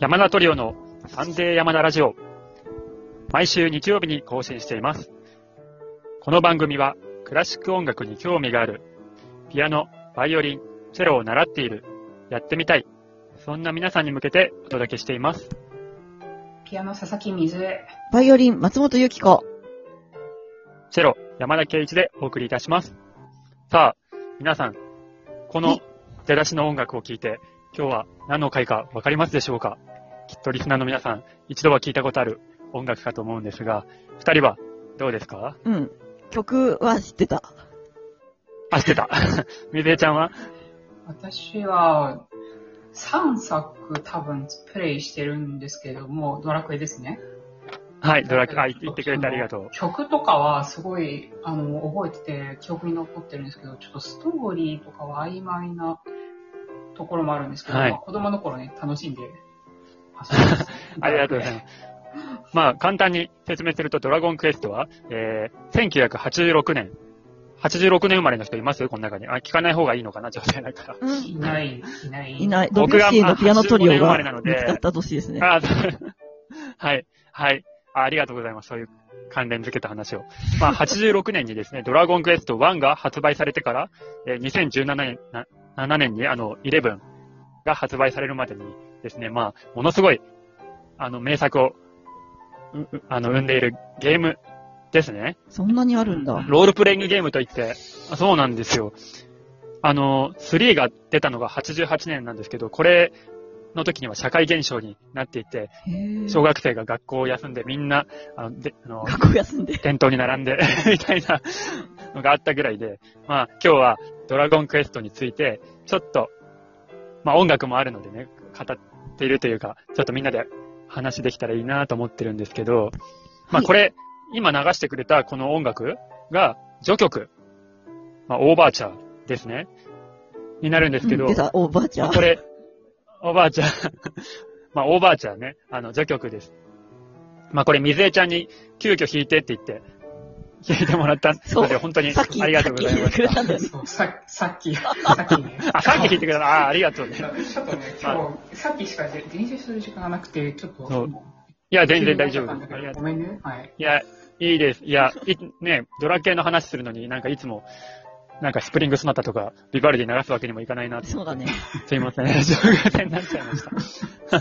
山田トリオのサンデー山田ラジオ。毎週日曜日に更新しています。この番組はクラシック音楽に興味がある、ピアノ、バイオリン、チェロを習っている、やってみたい、そんな皆さんに向けてお届けしています。ピアノ佐々木水江。バイオリン、松本由紀子。チェロ、山田圭一でお送りいたします。さあ、皆さん、こはのい出だしの音楽を聴いて、今日は何の回かわかりますでしょうかきっとリスナーの皆さん、一度は聞いたことある音楽かと思うんですが、二人はどうですかうん。曲は知ってた。あ、知ってた。 みずえちゃんは私は3作多分プレイしてるんですけども、ドラクエですね。はい、ドラクエ、あ、言ってくれてありがとう。曲とかはすごい、あの、覚えてて記憶に残ってるんですけど、ちょっとストーリーとかは曖昧なところもあるんですけど、はいまあ子供の頃ね、楽しんで遊んでまし た。ありがとうございます。まあ、簡単に説明すると、ドラゴンクエストは、えー、1986年、86年生まれの人いますこの中に。あ、聞かない方がいいのかな状態だから。うん。 いない、いない。いない。ド僕ビュがッシーのピアノトリまあ85オ年生まがれなので見つかった年ですね。あ そうはい、はいあ。ありがとうございます。そういう関連付けた話を。まあ、86年にですね、ドラゴンクエスト1が発売されてから、えー2017年な7年に、あの、11が発売されるまでにですね、まあ、ものすごい、あの、名作を、ううあの、生んでいるゲームですね。そんなにあるんだ。ロールプレイングゲームといって、あそうなんですよ。あの、3が出たのが88年なんですけど、これの時には社会現象になっていて、へぇ小学生が学校を休んでみんな、あの、であの学校休んで。店頭に並んで、 みたいなのがあったぐらいで、まあ今日はドラゴンクエストについて、ちょっと、まあ音楽もあるのでね、語っているというか、ちょっとみんなで話できたらいいなと思ってるんですけど、まあこれ。れ、今流してくれたこの音楽が序曲、まあオーバーチャーですね、になるんですけど、うん出た、おばあちまゃあん。これ、おばあちゃん、 まあ、おばあちゃんね、あの、序曲です。まあ、これ、水江ちゃんに急遽弾いてって言って、弾いてもらったそうので、本当にさっき、ありさがっとうござきい言まってくしれた。たんだよね。そうささ 。っき、さっきねあ、さっき弾いてくれた。あー、ありがとうね。ちょっとね、今日、さっきしかで練習する時間がなくて、ちょっと、そうもういや、 全然大丈夫です。ありがとうごめんね。はい。いや、いいです。いや、いね、ドラ系の話するのになんかいつも、なんかスプリングスナタとか、ビバルディ流すわけにもいかないなってそうだね。すいません。上下線になっちゃいました。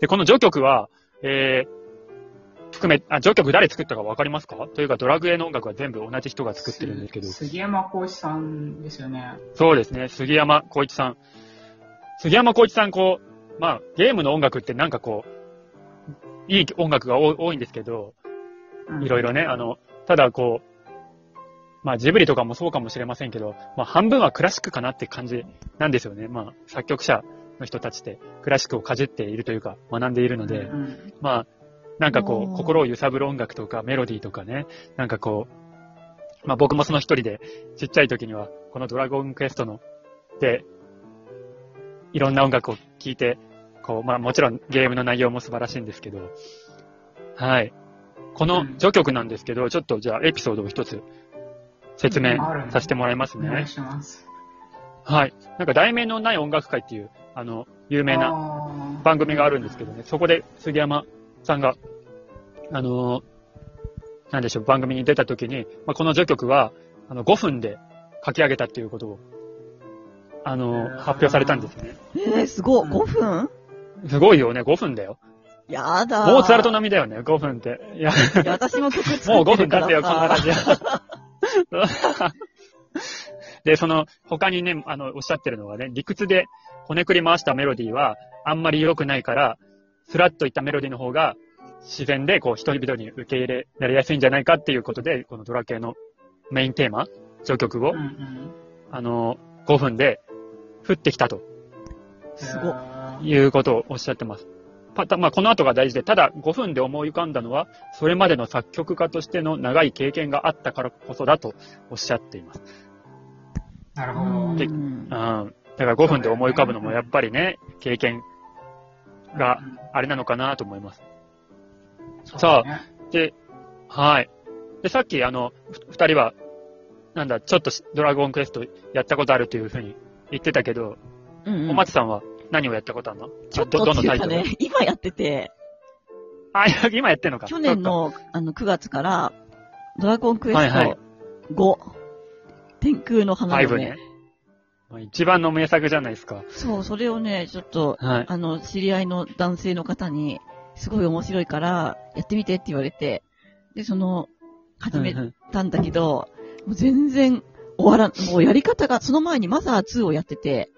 で、この序曲は、えー、含め、あ、序曲誰作ったかわかりますかというか、ドラグエの音楽は全部同じ人が作ってるんですけど。杉山浩一さんですよね。そうですね。杉山浩一さん。杉山浩一さん、こう、まあ、ゲームの音楽ってなんかこう、いい音楽が多い多いんですけど、いろいろ。ろね、あの、ただこう、まあジブリとかもそうかもしれませんけど、まあ半分はクラシックかなって感じなんですよね。まあ作曲者の人たちってクラシックをかじっているというか学んでいるので、うんまあなんかこおうー心を揺さぶる音楽とかメロディーとかね、なんかこう、まあ僕もその一人でちっちゃい時にはこのドラゴンクエストのでいろんな音楽を聴いて、こう、まあもちろんゲームの内容も素晴らしいんですけど、はい。この序曲なんですけど、ちょっとじゃあエピソードを一つ説明させてもらいますお願いね。します。はい。なんか題名のない音楽会っていう、あの、有名なな番組があるんですけどね、そこで杉山さんが、あのーなんでしょう、番組に出た時に、まあ、この序曲は、あの、5分で書き上げたっていうことを、あのーへー発表されたんですね。えー、すごうい。ん5分すごいよね、5分だよ。やだー。モーツァルト並みだよね、5分って。いや、いや私も曲作ってるかもう5分経っらてよ、こんなさ感 じ。で、その、他にね、あの、おっしゃってるのはね、理屈でこねくり回したメロディーは、あんまり良くないから、スラッといったメロディーの方が、自然で、こう、人々に受け入れられやすいんじゃないかっていうことで、このドラ系のメインテーマ、序曲を、うんうん。あの、5分で、降ってきたとすごいいうことをおっしゃってます。パタまあ、この後が大事で、ただ5分で思い浮かんだのは、それまでの作曲家としての長い経験があったからこそだとおっしゃっています。なるほうんど。うん。だから5分で思い浮かぶのもやっぱりね、経験があれなのかなと思います。そうだねで、はい。で、さっきあの、ふ二人は、なんだ、ちょっとしドラゴンクエストやったことあるというふうに言ってたけど、うんうんお松さんは何をやったことあるのちょっあとどっどてのいタイトうかルね、今やってて、あ、いや今やってんのか。去年そっか。のあの9月から、ドラゴンクエスト5、はいはい天空の花ファイ嫁、ブね。まあ一番の名作じゃないですか。そう、それをね、ちょっと、はい。あの、知り合いの男性の方に、すごい面白いから、やってみてって言われて、で、その、始め うんたんだけど、もう全然終わらん、もうやり方が、その前にマザー2をやってて、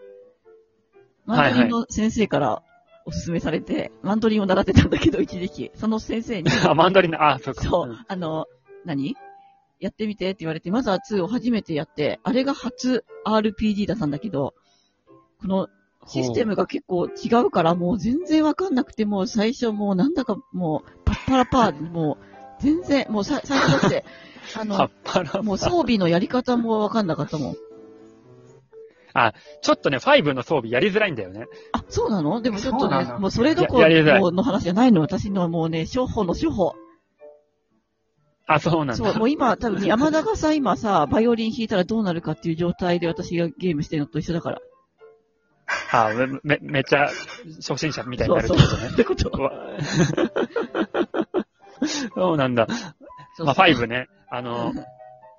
マンドリンの先生からおすすめされて、マンドリンを習ってたんだけど、一時期。その先 生に、うんあ、マンドリンの、あ、そうか。そんう、あの、何やってみてって言われて、マザー2を初めてやって、あれが初 RPG だったんだけど、このシステムが結構違うから、もう全然わかんなくて、もう最初もうなんだかもう、パッパラパー、もう全然、もうさ最初 だって、あはのっ、ぱら。もう装備のやり方もわかんなかったもん。ちょっとね、ファイブの装備やりづらいんだよね。あ、そうなのでもちょっそとうねな、のもうそれどこややりづらいろの話じゃないの、私のはもうね、処方の処方。あ、そうなんそう、だ。もう今、多分山田がさ、今さ、バイオリン弾いたらどうなるかっていう状態で私がゲームしてるのと一緒だから。あ、め、めめっちゃ、初心者みたいになそうるってこそう。とね。ってことわ そうなんだ。そうまあ、ファイブね。あの、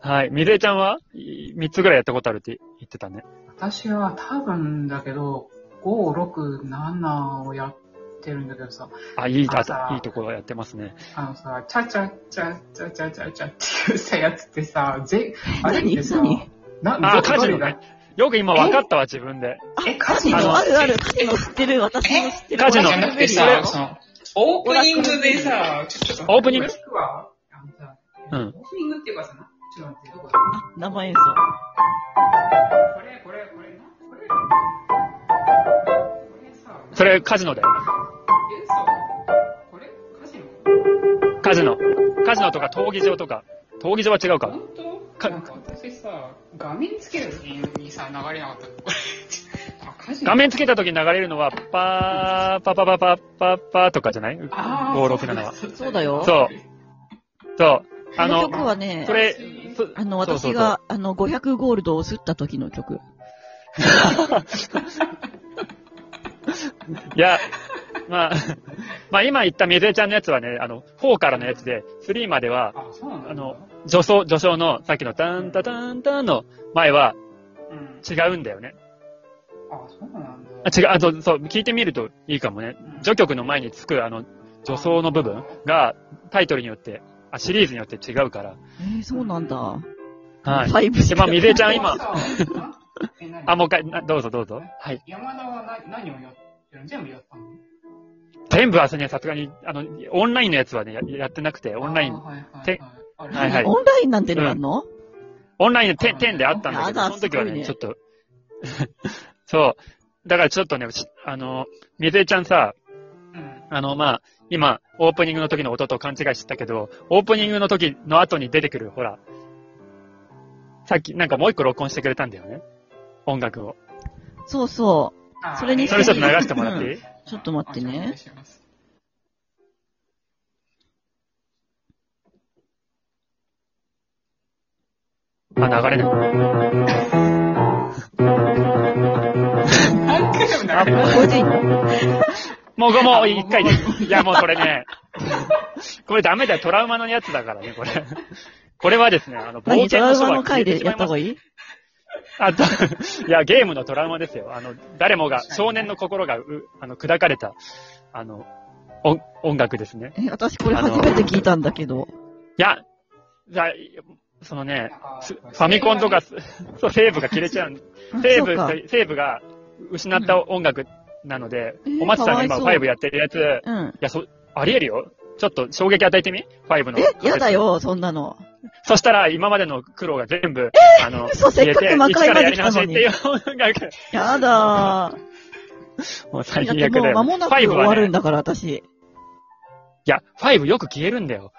はい。みずえちゃんは、い三つぐらいやったことあるって言ってたね。私は多分だけど、5、6、7をやってるんだけどさ、あ、いい、あさあ、あいいところやってますね。あのさ、チャチャチャチャチャチャチャっていうさ、やつってさ、ぜ、あれってさ何、な、あどこカジノねどれだよく今分かったわ、自分で。え、カジあのノあるある、カジノ知ってる、私も知ってる。カジノオラクルベえ、リそーれの、その、オープニングでさ、ちょっと、オープニング詳しくはあのさうんオープニングっていうかさ、ちょっと待って、どこだ生演奏。これ、これ、これ、なこれ、これさ、それ、カジノだよ。え、さ、これカジノカジノ。カジノとか、闘技場とか。闘技場は違うか。本当かなんか私さ、画面つける時にさ、流れなかった。これあ、カジノ画面つけた時に流れるのは、パー、パパパパパパとかじゃないあ ?5、6、7は。ーそうだよそう。そう。ああのの、曲はねそ、れ、そあの、そうそうそう私が、あの、500ゴールドを吸った時の曲。いや、まあ、 まあ今言ったみずえちゃんのやつはね、あの、4からのやつで、3までは、あ、そうなんだ。あの、序章、序章のさっきのタンタタンタンの前はうん。違うんだよね。あ、そうなんだ。あ、違う、あと、そう、聞いてみるといいかもね。序曲の前につく、あの、序章の部分が、タイトルによって、あ、シリーズによって違うから。えー、そうなんだ。はいフ。ァイブで、まあ、みずえちゃん今、今。え何あ、もう一回、などうぞどうぞ。はい。山田はな何をやってるの全部やったの全部はね、さすがに、あの、オンラインのやつはね、ややってなくて、オンライあン、はいはいてははいいははいい。 オンラインなんてのあんの、オンラインのてあ点であったんだけど、やそだの時はね、すちょごっと、 そう。だからちょっとね、しあの、みずえちゃんさ、うんあの、まあ、今、オープニングの時の音と勘違いしてたけど、オープニングの時の後に出てくる、ほら、さっき、なんかもう一個録音してくれたんだよね。音楽を。そうそあそれにそれちょっと流してもらっていいう。ちょっと待ってお願いね。しますあ、流れない。何回でも流れあ、るもう、個人、もう、もう、一回で。いや、もうそれね、これダメだよ。トラウマのやつだからね、これ。これはですね、あの、冒何ト険ラのウ書マはの消え回てでしまやいったま方す。がいいあと、いや、ゲームのトラウマですよ。あの、誰もが、少年の心がう、あの、砕かれた、あの、音音楽ですね。え、私これ初めて聞いたんだけど。いや、じゃあそのね、なんかすファミコンとか、す そう、セーブが切れちゃう。あセーそうか。ブ、セーブが失った音楽なのでうん、お松さんがえー今かわいそう5やってるやつ、いうん。や、そ、ありえるよ。ちょっと衝撃与えてみ ?5 の。え、やだ。よ、そんなの。そしたら、今までの苦労が全部、あの、嘘消えせっかく魔一か界らまやでり来直たしのっにていう音楽。やだー。もう最だっ悪だてもうよ。間もなく終5わはるんね、だから、私。やいや、5よく消えるんだよ。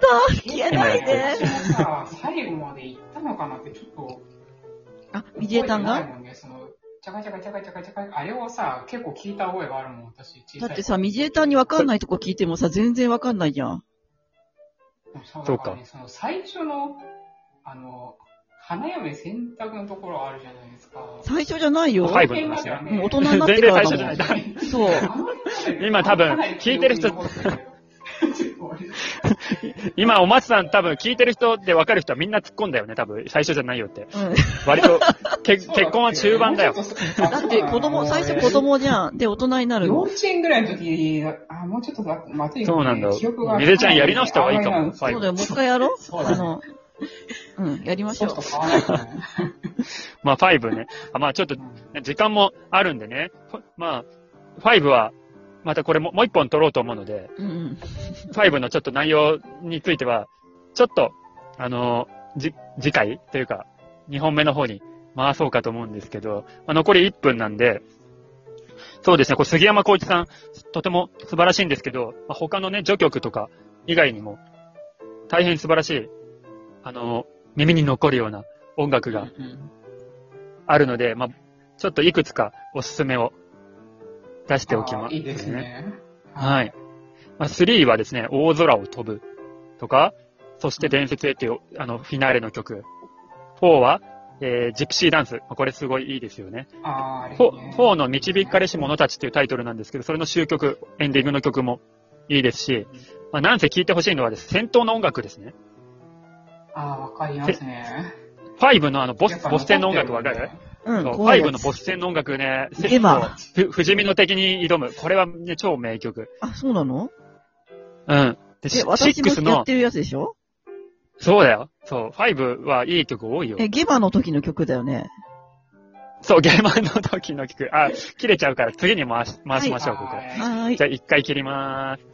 だー消えない私で。もさ、最後まで行ったのかなってちょっと。あ、みじえたん覚えてがないもんね、その、チャカチャカチャカチャカチャカ、あれをさ、結構聞いた覚えがあるもん、私。小さだいってさ、みじえたんにわかんないとこ聞いてもさ、全然わかんないじゃん。そうそうだかからね、その最初の、あの、花嫁選択のところあるじゃないですか。最初じゃないよ。ファイブの話だねもう大人になってからだもん。全然最初じゃそう。今多分聞いてる 人今、お松さん多分聞いてる人で分かる人はみんな突っ込んだよね、多分。最初じゃないよって。うん割と、 け結婚は中盤だよ。だだって子供、最初子供じゃん。で、大人になる幼の。稚園ぐらいの時、あ、もうちょっとだまずい、そうなんだ記憶が。みぜちゃんやり直した方がいいかもあんまりなんですそはういだよ、もう一回やろう。そうだあねの、うん、やりましソょフうト。買わないとね。まあ、5ね。あまあ、ちょっとね時間もあるんでね。ほまあ、5は、またこれももう一本取ろうと思うので、うんうん。 5のちょっと内容については、ちょっと、あの、じ、次回というか、2本目の方に回そうかと思うんですけど、まあ、残り1分なんで、そうですね、これ杉山浩一さん、とても素晴らしいんですけど、まあ、他のね、序曲とか以外にも、大変素晴らしい、あの、耳に残るような音楽がうんあるので、まあ、ちょっといくつかおすすめを出しておきます、あいいですね。はい。まあ、3はですね、大空を飛ぶとか、そして伝説へという、あの、フィナーレの曲。4は、えージプシーダンス。まあこれすごいいいですよね。あーあれね 4, 4の導かれし者たちというタイトルなんですけど、それの終曲、エンディングの曲もいいですし、まあ、なんせ聴いてほしいのはです、戦闘の音楽ですね。あー、わかりますね。 5のあのボやっス、ぱボス戦の音楽わかるうそん、う怖い5やのつ。ボス戦の音楽ね、いけばふ不死身の敵に挑む。これはね、超名曲。あ、そうなのうん。で、え、私6もやのっ、てるやつでしょそうだよ。そう、5はいい曲多いよ。え、ゲバの時の曲だよね。そう、ゲーマンの時の曲。あ、切れちゃうから次に回し回しましょう、あここ。ーはーいじ。ゃあ一回切りまーす。